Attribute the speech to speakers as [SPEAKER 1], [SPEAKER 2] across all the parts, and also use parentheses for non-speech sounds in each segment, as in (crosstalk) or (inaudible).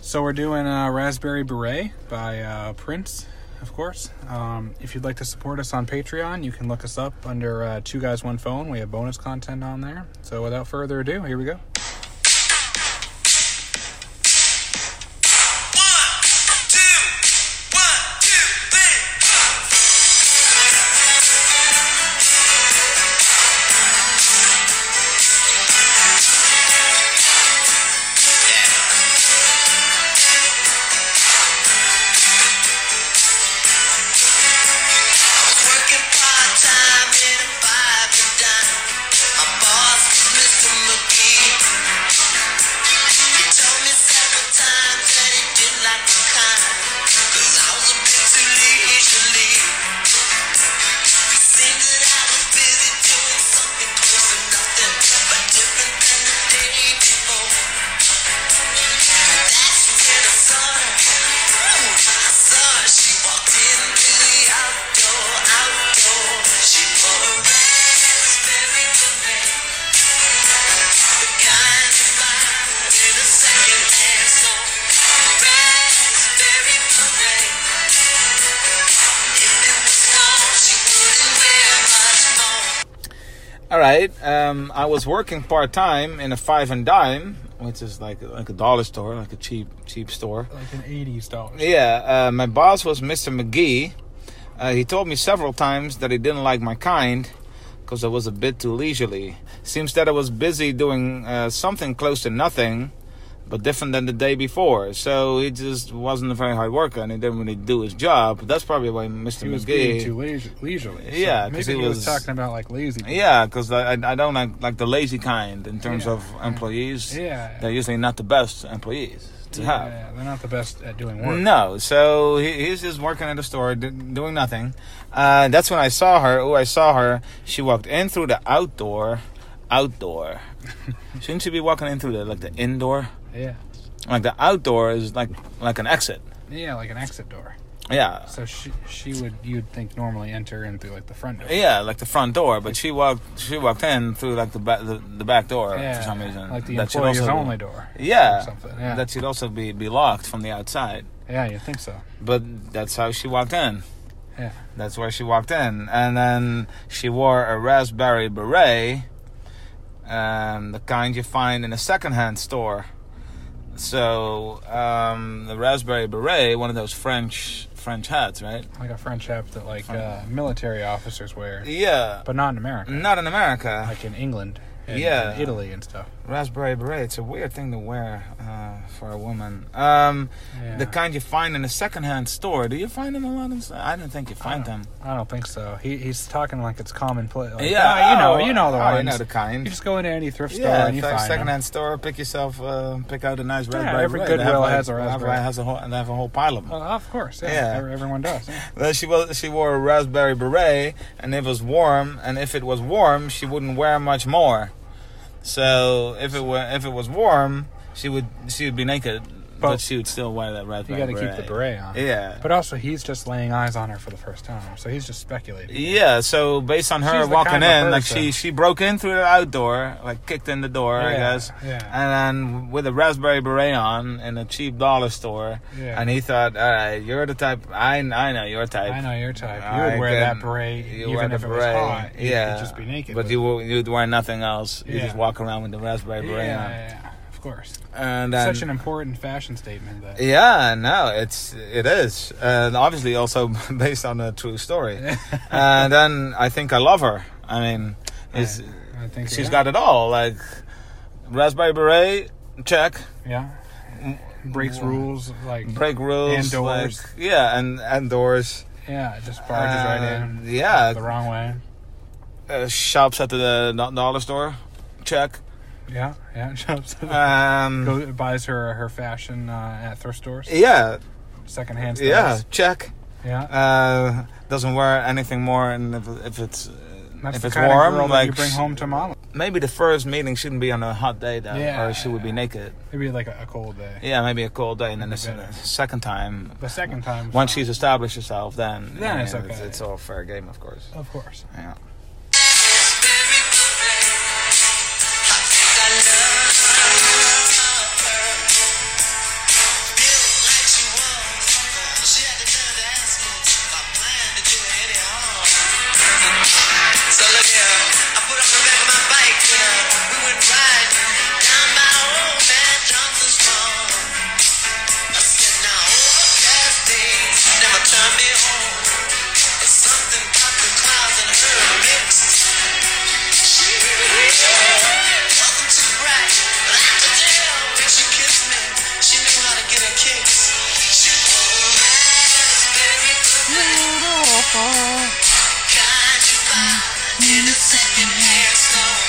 [SPEAKER 1] So we're doing uh, Raspberry Beret by uh, Prince, of course. Um, if you'd like to support us on Patreon, you can look us up under uh, Two Guys One Phone. We have bonus content on there. So without further ado, here we go.
[SPEAKER 2] Working part-time in a five and dime. My boss is Mr. McGee. He told me several times that he didn't like the kind. 'Cause I was a bit too leisurely. It seemed that I was busy doing something close to nothing, but different than the day before. That's when I saw her. I saw her. She walked in through the outdoor, outdoor. She wore a raspberry beret. The kind you find in a secondhand store. Raspberry beret. If it was cold, she wouldn't wear much more.
[SPEAKER 3] All right. Um, I was working part time in a five and dime, which is like like a dollar store, like a cheap cheap store.
[SPEAKER 1] Like an 80s dollar.
[SPEAKER 3] Yeah. Uh, my boss was Mr. McGee. Uh, he told me several times that he didn't like my kind because I was a bit too leisurely. Seems that I was busy doing uh, something close to nothing, but different than the day before. So he just wasn't a very hard worker and he didn't really do his job. That's probably why Mr.
[SPEAKER 1] He
[SPEAKER 3] McGee.
[SPEAKER 1] was being too leisure, leisurely. So
[SPEAKER 3] Yeah, 'cause
[SPEAKER 1] maybe
[SPEAKER 3] he
[SPEAKER 1] he was,
[SPEAKER 3] was-
[SPEAKER 1] talking about like lazy.
[SPEAKER 3] Yeah, because I, I I don't like like the lazy kind in terms
[SPEAKER 1] Yeah,
[SPEAKER 3] of employees.
[SPEAKER 1] Yeah.
[SPEAKER 3] They're usually not the best employees to have.
[SPEAKER 1] Yeah, they're not the best at doing work.
[SPEAKER 3] No, so he, he's just working at the store, d- doing nothing. Uh, that's when I saw her. Oh, I saw her. She walked in through the outdoor,
[SPEAKER 1] (laughs)
[SPEAKER 3] outdoor. Shouldn't she be walking in through the like the indoor?
[SPEAKER 1] Yeah,
[SPEAKER 3] Like the outdoor is like like an exit.
[SPEAKER 1] yeah, like an exit door.
[SPEAKER 3] Yeah,
[SPEAKER 1] So she she would you'd think normally enter in through like the front door.
[SPEAKER 3] yeah, like the front door. But she walked she walked in through like the back the, the back door
[SPEAKER 1] Yeah,
[SPEAKER 3] for some reason.
[SPEAKER 1] like the
[SPEAKER 3] That should
[SPEAKER 1] employees
[SPEAKER 3] also be-
[SPEAKER 1] only door.
[SPEAKER 3] Yeah,
[SPEAKER 1] or something. Yeah.
[SPEAKER 3] that should also be, be locked from the outside.
[SPEAKER 1] yeah, you think so?
[SPEAKER 3] But that's how she walked in.
[SPEAKER 1] Yeah.
[SPEAKER 3] That's where she walked in, and then she wore a raspberry beret, um, the kind you find in a secondhand store. So um, the raspberry beret, one of those French French hats, right?
[SPEAKER 1] Like a French hat that like uh, military officers wear,
[SPEAKER 3] Yeah,
[SPEAKER 1] but not in America.
[SPEAKER 3] not in America.
[SPEAKER 1] Like in England, and,
[SPEAKER 3] Yeah.
[SPEAKER 1] and Italy and stuff.
[SPEAKER 3] Raspberry beret. It's a weird thing to wear uh, for a woman. Um,
[SPEAKER 1] Yeah.
[SPEAKER 3] The kind you find in a secondhand store. Do you find them a lot? In, I don't think you find them.
[SPEAKER 1] I don't think so. He, he's talking like it's commonplace. Like,
[SPEAKER 3] Yeah,
[SPEAKER 1] "Ah, you know,
[SPEAKER 3] oh,
[SPEAKER 1] you know the
[SPEAKER 3] oh,
[SPEAKER 1] ones.
[SPEAKER 3] you know the kind."
[SPEAKER 1] You just go into any thrift store
[SPEAKER 3] yeah,
[SPEAKER 1] and you
[SPEAKER 3] like
[SPEAKER 1] find
[SPEAKER 3] secondhand
[SPEAKER 1] them.
[SPEAKER 3] store, pick yourself, uh, pick out a nice raspberry.
[SPEAKER 1] every
[SPEAKER 3] beret.
[SPEAKER 1] Goodwill
[SPEAKER 3] They have, like,
[SPEAKER 1] has a raspberry.
[SPEAKER 3] Have, has a whole, and they have a whole pile of them.
[SPEAKER 1] Well, of course, yeah,
[SPEAKER 3] Yeah.
[SPEAKER 1] ev- everyone
[SPEAKER 3] (laughs)
[SPEAKER 1] does. yeah.
[SPEAKER 3] Well, she was she wore a raspberry beret, and it was warm. And if it was warm, she wouldn't wear much more. So if it were if it was warm, she would she would be naked, but,
[SPEAKER 1] But
[SPEAKER 3] she would still wear that
[SPEAKER 1] You
[SPEAKER 3] raspberry.
[SPEAKER 1] got to keep the beret on.
[SPEAKER 3] Yeah.
[SPEAKER 1] But also, he's just laying eyes on her for the first time, so he's just speculating.
[SPEAKER 3] Yeah, so based on her
[SPEAKER 1] She's the
[SPEAKER 3] walking
[SPEAKER 1] kind of
[SPEAKER 3] in, like she
[SPEAKER 1] person-
[SPEAKER 3] she broke in through the outdoor, like kicked in the door, I
[SPEAKER 1] Yeah,
[SPEAKER 3] guess.
[SPEAKER 1] yeah.
[SPEAKER 3] And then with a raspberry beret on in a cheap dollar store,
[SPEAKER 1] Yeah.
[SPEAKER 3] and he thought, all right, you're the type. I I know your type.
[SPEAKER 1] I know your type. You
[SPEAKER 3] I
[SPEAKER 1] would wear that
[SPEAKER 3] can-
[SPEAKER 1] beret
[SPEAKER 3] you
[SPEAKER 1] even
[SPEAKER 3] wear the
[SPEAKER 1] if it was
[SPEAKER 3] beret,
[SPEAKER 1] hot. You
[SPEAKER 3] yeah,
[SPEAKER 1] could just be naked.
[SPEAKER 3] But you would- you'd wear nothing else. You
[SPEAKER 1] Yeah.
[SPEAKER 3] just walk around with the raspberry
[SPEAKER 1] yeah,
[SPEAKER 3] beret
[SPEAKER 1] yeah,
[SPEAKER 3] on,
[SPEAKER 1] yeah, of course.
[SPEAKER 3] and then,
[SPEAKER 1] Such an important fashion statement. That
[SPEAKER 3] yeah, no, it's it is, and obviously also (laughs) based on a true
[SPEAKER 1] (laughs)
[SPEAKER 3] story. and then I think I love her. I mean, is
[SPEAKER 1] I think
[SPEAKER 3] she's
[SPEAKER 1] yeah.
[SPEAKER 3] got it all. Like raspberry beret, check,
[SPEAKER 1] yeah. Breaks rules like
[SPEAKER 3] break rules,
[SPEAKER 1] And doors.
[SPEAKER 3] like- yeah, and and doors.
[SPEAKER 1] yeah, it just barges right
[SPEAKER 3] Uh,
[SPEAKER 1] in.
[SPEAKER 3] yeah.
[SPEAKER 1] the wrong way.
[SPEAKER 3] Uh, shops at the do- dollar store, check.
[SPEAKER 1] Yeah, yeah. (laughs) Shops
[SPEAKER 3] Um,
[SPEAKER 1] Go, buys her her fashion uh, at thrift stores,
[SPEAKER 3] yeah,
[SPEAKER 1] secondhand stores.
[SPEAKER 3] yeah, check.
[SPEAKER 1] yeah.
[SPEAKER 3] Uh, doesn't wear anything more, and if, if it's uh,
[SPEAKER 1] That's
[SPEAKER 3] if
[SPEAKER 1] the
[SPEAKER 3] it's
[SPEAKER 1] kind
[SPEAKER 3] warm,
[SPEAKER 1] of girl that
[SPEAKER 3] like
[SPEAKER 1] you bring home to mom.
[SPEAKER 3] maybe the first meeting shouldn't be on a hot day, though,
[SPEAKER 1] Yeah.
[SPEAKER 3] or she would be naked.
[SPEAKER 1] Maybe like a, a cold day.
[SPEAKER 3] Yeah, maybe a cold day, and then the
[SPEAKER 1] Maybe better.
[SPEAKER 3] s- second time.
[SPEAKER 1] The second time,
[SPEAKER 3] Once she's established herself, then
[SPEAKER 1] Then
[SPEAKER 3] yeah,
[SPEAKER 1] it's okay.
[SPEAKER 3] It's, it's all fair game, of course.
[SPEAKER 1] of course.
[SPEAKER 3] Yeah.
[SPEAKER 2] Raspberry beret. I think I love her.
[SPEAKER 3] far.
[SPEAKER 2] Kind you buy in a second-hand store.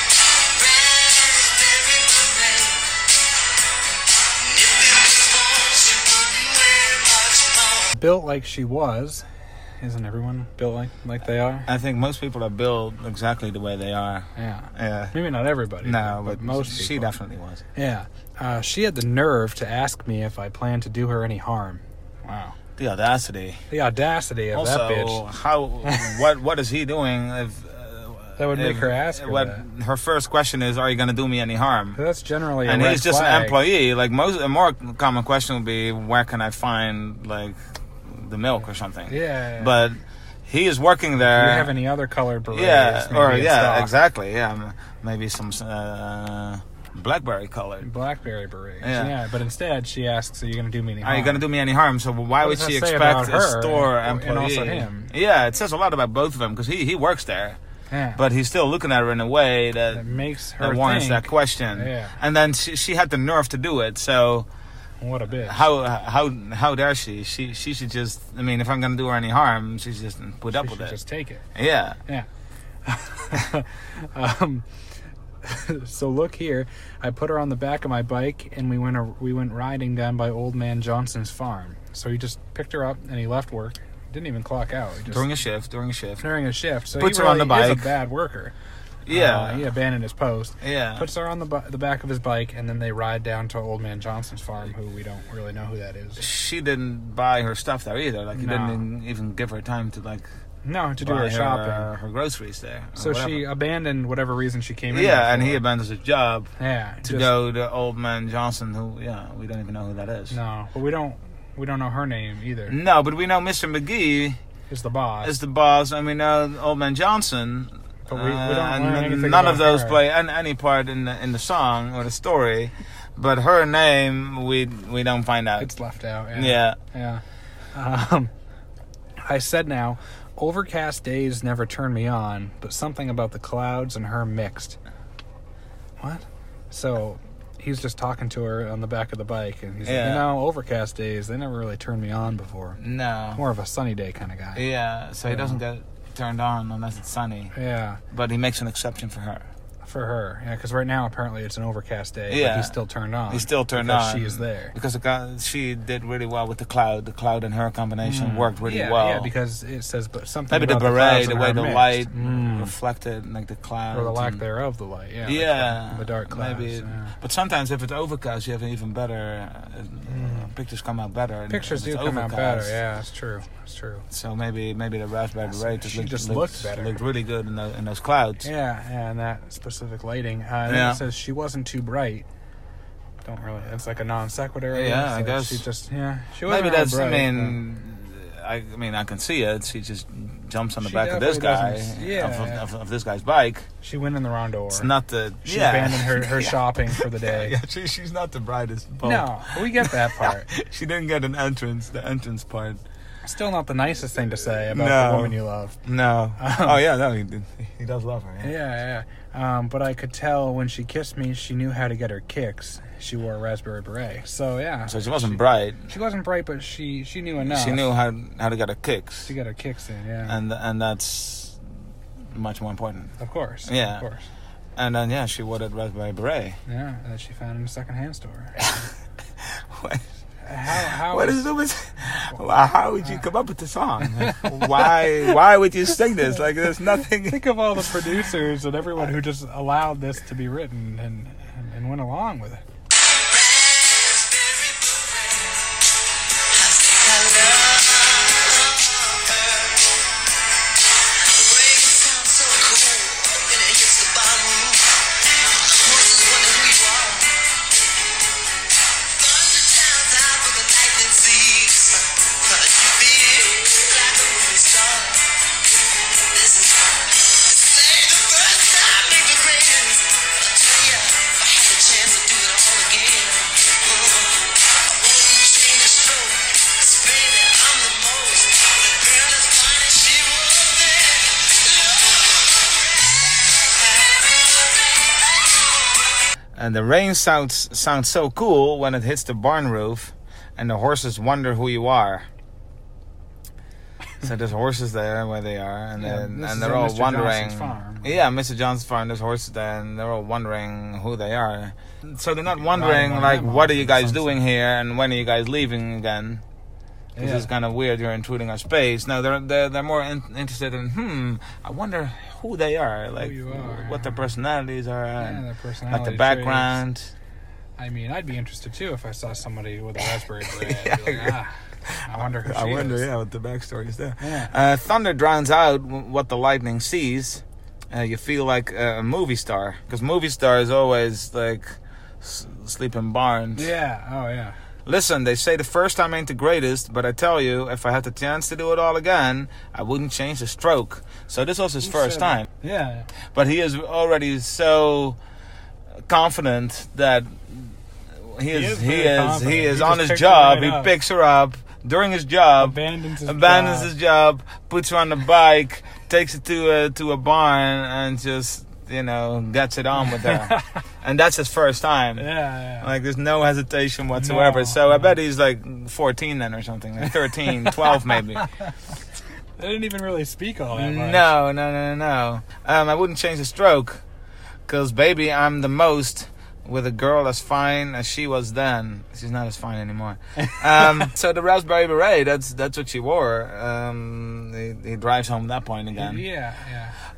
[SPEAKER 2] Raspberry beret. And if it was warm, she wouldn't wear much more.
[SPEAKER 1] Built like she was, isn't everyone built like like they are?
[SPEAKER 3] I think most people are built exactly the way they are.
[SPEAKER 1] Yeah.
[SPEAKER 3] Yeah.
[SPEAKER 1] Maybe not everybody.
[SPEAKER 3] No, but,
[SPEAKER 1] most
[SPEAKER 3] she
[SPEAKER 1] people.
[SPEAKER 3] definitely was.
[SPEAKER 1] Yeah. Uh, she had the nerve to ask me if I planned to do her any harm. Wow.
[SPEAKER 3] The audacity.
[SPEAKER 1] The audacity of that
[SPEAKER 3] also,
[SPEAKER 1] bitch.
[SPEAKER 3] how? what? What is he doing? If uh,
[SPEAKER 1] (laughs) That would make her ask her
[SPEAKER 3] What
[SPEAKER 1] that.
[SPEAKER 3] her first question is: Are you going to do me any harm?
[SPEAKER 1] That's generally a
[SPEAKER 3] and
[SPEAKER 1] red
[SPEAKER 3] he's just an
[SPEAKER 1] flag.
[SPEAKER 3] employee. Like most, a more common question would be, where can I find like the milk or something?
[SPEAKER 1] Yeah.
[SPEAKER 3] But he is working
[SPEAKER 1] Do
[SPEAKER 3] there.
[SPEAKER 1] you have any other colored berets?
[SPEAKER 3] yeah,
[SPEAKER 1] maybe
[SPEAKER 3] or
[SPEAKER 1] in
[SPEAKER 3] yeah,
[SPEAKER 1] stock?
[SPEAKER 3] exactly. Yeah, m- maybe some uh, blackberry colored.
[SPEAKER 1] Blackberry berets.
[SPEAKER 3] Yeah.
[SPEAKER 1] Yeah. but instead she asks, "Are you going to do me any harm?"
[SPEAKER 3] Are you gonna do me any harm? So why
[SPEAKER 1] What
[SPEAKER 3] would
[SPEAKER 1] does
[SPEAKER 3] she
[SPEAKER 1] that say about
[SPEAKER 3] expect a
[SPEAKER 1] her
[SPEAKER 3] store
[SPEAKER 1] and-
[SPEAKER 3] employee?
[SPEAKER 1] and also him?
[SPEAKER 3] Yeah, it says a lot about both of them because he he works there,
[SPEAKER 1] Yeah.
[SPEAKER 3] but he's still looking at her in a way that
[SPEAKER 1] that makes her
[SPEAKER 3] that warrants
[SPEAKER 1] think,
[SPEAKER 3] that question.
[SPEAKER 1] Yeah.
[SPEAKER 3] And then she, she had the nerve to do it. So
[SPEAKER 1] What a bitch.
[SPEAKER 3] how how how dare she? She she should just. I mean, if I'm gonna do her any harm, she should just put up
[SPEAKER 1] She
[SPEAKER 3] with
[SPEAKER 1] should
[SPEAKER 3] it.
[SPEAKER 1] just take it.
[SPEAKER 3] Yeah.
[SPEAKER 1] Yeah. um, (laughs) so look here. I put her on the back of my bike, and we went a, we went riding down by Old Man Johnson's farm. So he just picked her up, and he left work. Didn't even clock out. He just
[SPEAKER 3] During a shift. During a shift.
[SPEAKER 1] during a shift. So
[SPEAKER 3] Puts
[SPEAKER 1] he
[SPEAKER 3] her on
[SPEAKER 1] really
[SPEAKER 3] the
[SPEAKER 1] is
[SPEAKER 3] bike.
[SPEAKER 1] a bad worker. Uh, he
[SPEAKER 3] Yeah.
[SPEAKER 1] abandoned his post.
[SPEAKER 3] Yeah.
[SPEAKER 1] Puts her on the bu- the back of his bike, and then they ride down to Old Man Johnson's farm, who we don't really know who that is.
[SPEAKER 3] She didn't buy her stuff there either. Like he
[SPEAKER 1] No.
[SPEAKER 3] didn't even give her time to like
[SPEAKER 1] No, to do
[SPEAKER 3] buy
[SPEAKER 1] her shopping.
[SPEAKER 3] her, her groceries there. or
[SPEAKER 1] so she uh,
[SPEAKER 3] whatever.
[SPEAKER 1] abandoned whatever reason she came in.
[SPEAKER 3] Yeah, and
[SPEAKER 1] for.
[SPEAKER 3] he abandons his job
[SPEAKER 1] yeah
[SPEAKER 3] to
[SPEAKER 1] just-
[SPEAKER 3] go to Old Man Johnson, who yeah, we don't even know who that is.
[SPEAKER 1] No, but we don't we don't know her name either.
[SPEAKER 3] No, but we know Mr. McGee
[SPEAKER 1] It's the boss.
[SPEAKER 3] is the boss, and we know Old Man Johnson.
[SPEAKER 1] But we- we
[SPEAKER 3] uh,
[SPEAKER 1] don't
[SPEAKER 3] and
[SPEAKER 1] learn
[SPEAKER 3] n-
[SPEAKER 1] anything
[SPEAKER 3] none
[SPEAKER 1] about
[SPEAKER 3] of those
[SPEAKER 1] her.
[SPEAKER 3] play an, any part in the, in the song or the story, but her name we we don't find out.
[SPEAKER 1] it's left out.
[SPEAKER 3] yeah,
[SPEAKER 1] Yeah. Um, I said now, overcast days never turn me on, but something about the clouds and her mixed. What? So he's just talking to her on the back of the bike, and he's like,
[SPEAKER 3] Yeah.
[SPEAKER 1] you know, overcast days, they never really turned me on before.
[SPEAKER 3] no,
[SPEAKER 1] More of a sunny day kind of guy.
[SPEAKER 3] yeah. So he doesn't get turned on unless it's sunny,
[SPEAKER 1] Yeah,
[SPEAKER 3] but he makes an exception for her.
[SPEAKER 1] for her. Yeah, because right now apparently it's an overcast day,
[SPEAKER 3] Yeah.
[SPEAKER 1] but he's still turned on.
[SPEAKER 3] He's still turned
[SPEAKER 1] Um, because
[SPEAKER 3] on.
[SPEAKER 1] She is there.
[SPEAKER 3] because the guy- she did really well with the cloud. The cloud and her combination Mm. worked really
[SPEAKER 1] Hmm. yeah,
[SPEAKER 3] well.
[SPEAKER 1] Yeah, because it says but something
[SPEAKER 3] maybe the
[SPEAKER 1] about
[SPEAKER 3] beret,
[SPEAKER 1] clouds
[SPEAKER 3] the
[SPEAKER 1] and
[SPEAKER 3] way
[SPEAKER 1] how
[SPEAKER 3] the
[SPEAKER 1] mixed.
[SPEAKER 3] light
[SPEAKER 1] Mm.
[SPEAKER 3] reflected, like the cloud
[SPEAKER 1] or the lack thereof, the light. Yeah, like
[SPEAKER 3] Yeah,
[SPEAKER 1] the, the dark clouds.
[SPEAKER 3] Maybe,
[SPEAKER 1] yeah.
[SPEAKER 3] but sometimes if it's overcast, you have an even better uh, uh pictures come out better. and-
[SPEAKER 1] Hmm. Pictures
[SPEAKER 3] and
[SPEAKER 1] do
[SPEAKER 3] it's
[SPEAKER 1] come out better.
[SPEAKER 3] overcast.
[SPEAKER 1] Yeah, that's true. That's true.
[SPEAKER 3] So maybe maybe the raspberry beret just
[SPEAKER 1] she
[SPEAKER 3] looked,
[SPEAKER 1] just
[SPEAKER 3] looked,
[SPEAKER 1] looked better.
[SPEAKER 3] looked really good in, tho- in those clouds.
[SPEAKER 1] Yeah, yeah, and that specific lighting. Uh, and then
[SPEAKER 3] Yeah.
[SPEAKER 1] it says she wasn't too bright. Don't really. It's like a non sequitur. I
[SPEAKER 3] Yeah,
[SPEAKER 1] guess.
[SPEAKER 3] I
[SPEAKER 1] Like,
[SPEAKER 3] guess.
[SPEAKER 1] she just yeah. She wasn't
[SPEAKER 3] Maybe
[SPEAKER 1] real
[SPEAKER 3] that's.
[SPEAKER 1] bright,
[SPEAKER 3] I
[SPEAKER 1] but-
[SPEAKER 3] mean, I, I mean, I can see it. She just jumps on the
[SPEAKER 1] She
[SPEAKER 3] back of this guy,
[SPEAKER 1] definitely doesn't- yeah.
[SPEAKER 3] of- of, of, of this guy's bike.
[SPEAKER 1] she went in the wrong door.
[SPEAKER 3] It's not the.
[SPEAKER 1] she
[SPEAKER 3] yeah.
[SPEAKER 1] abandoned her, her
[SPEAKER 3] (laughs) Yeah.
[SPEAKER 1] shopping for the
[SPEAKER 3] Yeah,
[SPEAKER 1] day.
[SPEAKER 3] yeah, she, she's not the brightest. bulb.
[SPEAKER 1] No, we get
[SPEAKER 3] (laughs)
[SPEAKER 1] that (laughs) part.
[SPEAKER 3] she didn't get an entrance. The entrance part.
[SPEAKER 1] Still not the nicest thing to say about
[SPEAKER 3] No.
[SPEAKER 1] the woman you love.
[SPEAKER 3] No. oh yeah, no, he did. He does love her. Yeah.
[SPEAKER 1] Yeah, yeah. Um, but I could tell when she kissed me, she knew how to get her kicks. She wore a raspberry beret. So yeah,
[SPEAKER 3] So she wasn't bright.
[SPEAKER 1] she wasn't bright, but she she knew enough.
[SPEAKER 3] She knew how how to get her kicks,
[SPEAKER 1] to get her kicks in. Yeah,
[SPEAKER 3] and and that's much more important.
[SPEAKER 1] of course.
[SPEAKER 3] Yeah.
[SPEAKER 1] of course.
[SPEAKER 3] And then yeah, she wore that raspberry beret. (laughs)
[SPEAKER 1] Yeah, that she found in a secondhand store. How how
[SPEAKER 3] What is it (laughs) with? Why- How would you come up with the song? why why would you sing this? Like there's nothing.
[SPEAKER 1] Think of all the producers and everyone who just allowed this to be written and and, and went along with it.
[SPEAKER 2] Raspberry beret. I think I love her. The way you sound so cool, and it hits the bottom. Most is wondering who you are. Thunder times high, but the lightning seeks. But you feel like a movie star. This is fun. This ain't the first time it could rain. I tell ya, if I had the chance to do it all again, I wouldn't change a stroke. 'Cause baby, I'm the most. The girl that's fine as she was then.
[SPEAKER 3] And the rain sounds sounds so cool when it hits the barn roof, and the horses wonder who you are. so there's horses there where they are, and
[SPEAKER 1] Yeah,
[SPEAKER 3] then,
[SPEAKER 1] this
[SPEAKER 3] and
[SPEAKER 1] is at
[SPEAKER 3] they're all
[SPEAKER 1] Mr.
[SPEAKER 3] wondering.
[SPEAKER 1] Johnson's farm.
[SPEAKER 3] Yeah, Mr. Johnson's farm. There's horses there, and they're all wondering who they are. So they're not
[SPEAKER 1] riding
[SPEAKER 3] wondering
[SPEAKER 1] one of
[SPEAKER 3] like,
[SPEAKER 1] them
[SPEAKER 3] what are
[SPEAKER 1] off
[SPEAKER 3] you
[SPEAKER 1] or
[SPEAKER 3] guys
[SPEAKER 1] something.
[SPEAKER 3] doing here, and when are you guys leaving again? Because it's kind of weird. You're intruding our space. No, they're they're, they're more in, interested in. Hmm. I wonder who they are. Like
[SPEAKER 1] you are.
[SPEAKER 3] what their personalities are. and,
[SPEAKER 1] their
[SPEAKER 3] like the
[SPEAKER 1] personality
[SPEAKER 3] background.
[SPEAKER 1] I mean, I'd be interested too if I saw somebody with a
[SPEAKER 3] (laughs)
[SPEAKER 1] raspberry beret.
[SPEAKER 3] Yeah,
[SPEAKER 1] I'd be like, ah, I wonder who she
[SPEAKER 3] I wonder,
[SPEAKER 1] is.
[SPEAKER 3] yeah, what the backstory is there.
[SPEAKER 1] Yeah.
[SPEAKER 3] Uh, thunder drowns out w- what the lightning sees. Uh, you feel like a movie star because movie stars always like s- sleep in barns.
[SPEAKER 1] Yeah, Oh yeah.
[SPEAKER 3] Listen, they say the first time ain't the greatest, but I tell you, if I had the chance to do it all again, I wouldn't change the stroke. So this was his first
[SPEAKER 1] said
[SPEAKER 3] time,
[SPEAKER 1] Yeah.
[SPEAKER 3] but he is already so confident that he is
[SPEAKER 1] is
[SPEAKER 3] he
[SPEAKER 1] very
[SPEAKER 3] is
[SPEAKER 1] confident.
[SPEAKER 3] he
[SPEAKER 1] He
[SPEAKER 3] is
[SPEAKER 1] just
[SPEAKER 3] on his
[SPEAKER 1] picks her
[SPEAKER 3] job.
[SPEAKER 1] right
[SPEAKER 3] he
[SPEAKER 1] up.
[SPEAKER 3] picks her up during his job
[SPEAKER 1] Abandons his
[SPEAKER 3] abandons
[SPEAKER 1] job.
[SPEAKER 3] his job, puts her on the bike, takes her to a, to a barn, and just you know gets it on
[SPEAKER 1] (laughs)
[SPEAKER 3] with her. and that's his first time.
[SPEAKER 1] Yeah. yeah.
[SPEAKER 3] Like there's no hesitation whatsoever.
[SPEAKER 1] No,
[SPEAKER 3] so I
[SPEAKER 1] no.
[SPEAKER 3] bet he's like 14 then or something, like
[SPEAKER 1] (laughs)
[SPEAKER 3] 13, 12 maybe.
[SPEAKER 1] they didn't even really speak all that much.
[SPEAKER 3] No, no, no, no, no. Um, I wouldn't change the stroke, cause baby, I'm the most with a girl as fine as she was then. She's not as fine anymore.
[SPEAKER 1] (laughs)
[SPEAKER 3] Um, so the raspberry beret, that's that's what she wore. Um, he, he drives home that point
[SPEAKER 1] Yeah.
[SPEAKER 3] again.
[SPEAKER 1] Yeah.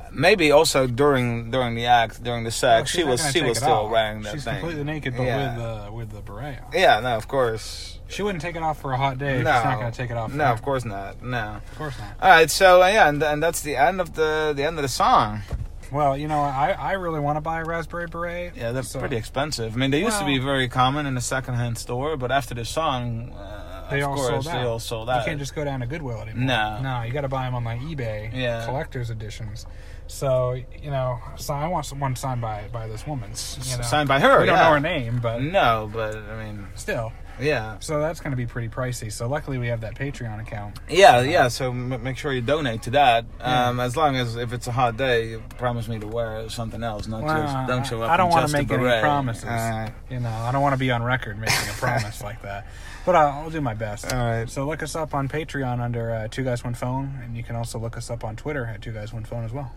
[SPEAKER 3] Uh, Maybe also during during the act, during the sex,
[SPEAKER 1] Oh,
[SPEAKER 3] she
[SPEAKER 1] not
[SPEAKER 3] was
[SPEAKER 1] gonna
[SPEAKER 3] she
[SPEAKER 1] take
[SPEAKER 3] was
[SPEAKER 1] it
[SPEAKER 3] still
[SPEAKER 1] off.
[SPEAKER 3] wearing that
[SPEAKER 1] She's
[SPEAKER 3] thing.
[SPEAKER 1] completely naked, but
[SPEAKER 3] Yeah.
[SPEAKER 1] with the with the beret. on.
[SPEAKER 3] yeah, no, of course.
[SPEAKER 1] She wouldn't take it off for a hot day.
[SPEAKER 3] no,
[SPEAKER 1] She's not gonna take it off.
[SPEAKER 3] No,
[SPEAKER 1] for-
[SPEAKER 3] of course not. No.
[SPEAKER 1] Of course not.
[SPEAKER 3] All right, so uh, yeah, and, and that's the end of the the end of the song.
[SPEAKER 1] Well, you know, I, I really want to buy a raspberry beret.
[SPEAKER 3] Yeah, they're
[SPEAKER 1] so
[SPEAKER 3] pretty expensive. I mean, they used to be
[SPEAKER 1] Well-
[SPEAKER 3] very common in a secondhand store, but after the song, uh,
[SPEAKER 1] They
[SPEAKER 3] of
[SPEAKER 1] all
[SPEAKER 3] course,
[SPEAKER 1] sold
[SPEAKER 3] they
[SPEAKER 1] out.
[SPEAKER 3] all sold
[SPEAKER 1] You
[SPEAKER 3] out.
[SPEAKER 1] can't just go down to Goodwill anymore.
[SPEAKER 3] No.
[SPEAKER 1] no, you got to buy them on like eBay.
[SPEAKER 3] Yeah.
[SPEAKER 1] collector's editions. So you know, so I want one signed by by this woman. You know,
[SPEAKER 3] Signed by her.
[SPEAKER 1] we don't
[SPEAKER 3] yeah. Mm.
[SPEAKER 1] know her name, but
[SPEAKER 3] No, but I mean,
[SPEAKER 1] still.
[SPEAKER 3] yeah,
[SPEAKER 1] So that's going to be pretty pricey. So luckily we have that Patreon account.
[SPEAKER 3] yeah, yeah. So m- make sure you donate to that. Um, As long as if it's a hot day, you promise me to wear something else, not
[SPEAKER 1] Well,
[SPEAKER 3] just Uh,
[SPEAKER 1] I-
[SPEAKER 3] don't show up.
[SPEAKER 1] I don't
[SPEAKER 3] want
[SPEAKER 1] wanna
[SPEAKER 3] to
[SPEAKER 1] make any promises.
[SPEAKER 3] Alright.
[SPEAKER 1] You know, I don't want to be on record making a promise like that, but I'll, I'll do my best.
[SPEAKER 3] All right.
[SPEAKER 1] So look us up on Patreon under uh, Two Guys One Phone, and you can also look us up on Twitter at Two Guys One Phone as well.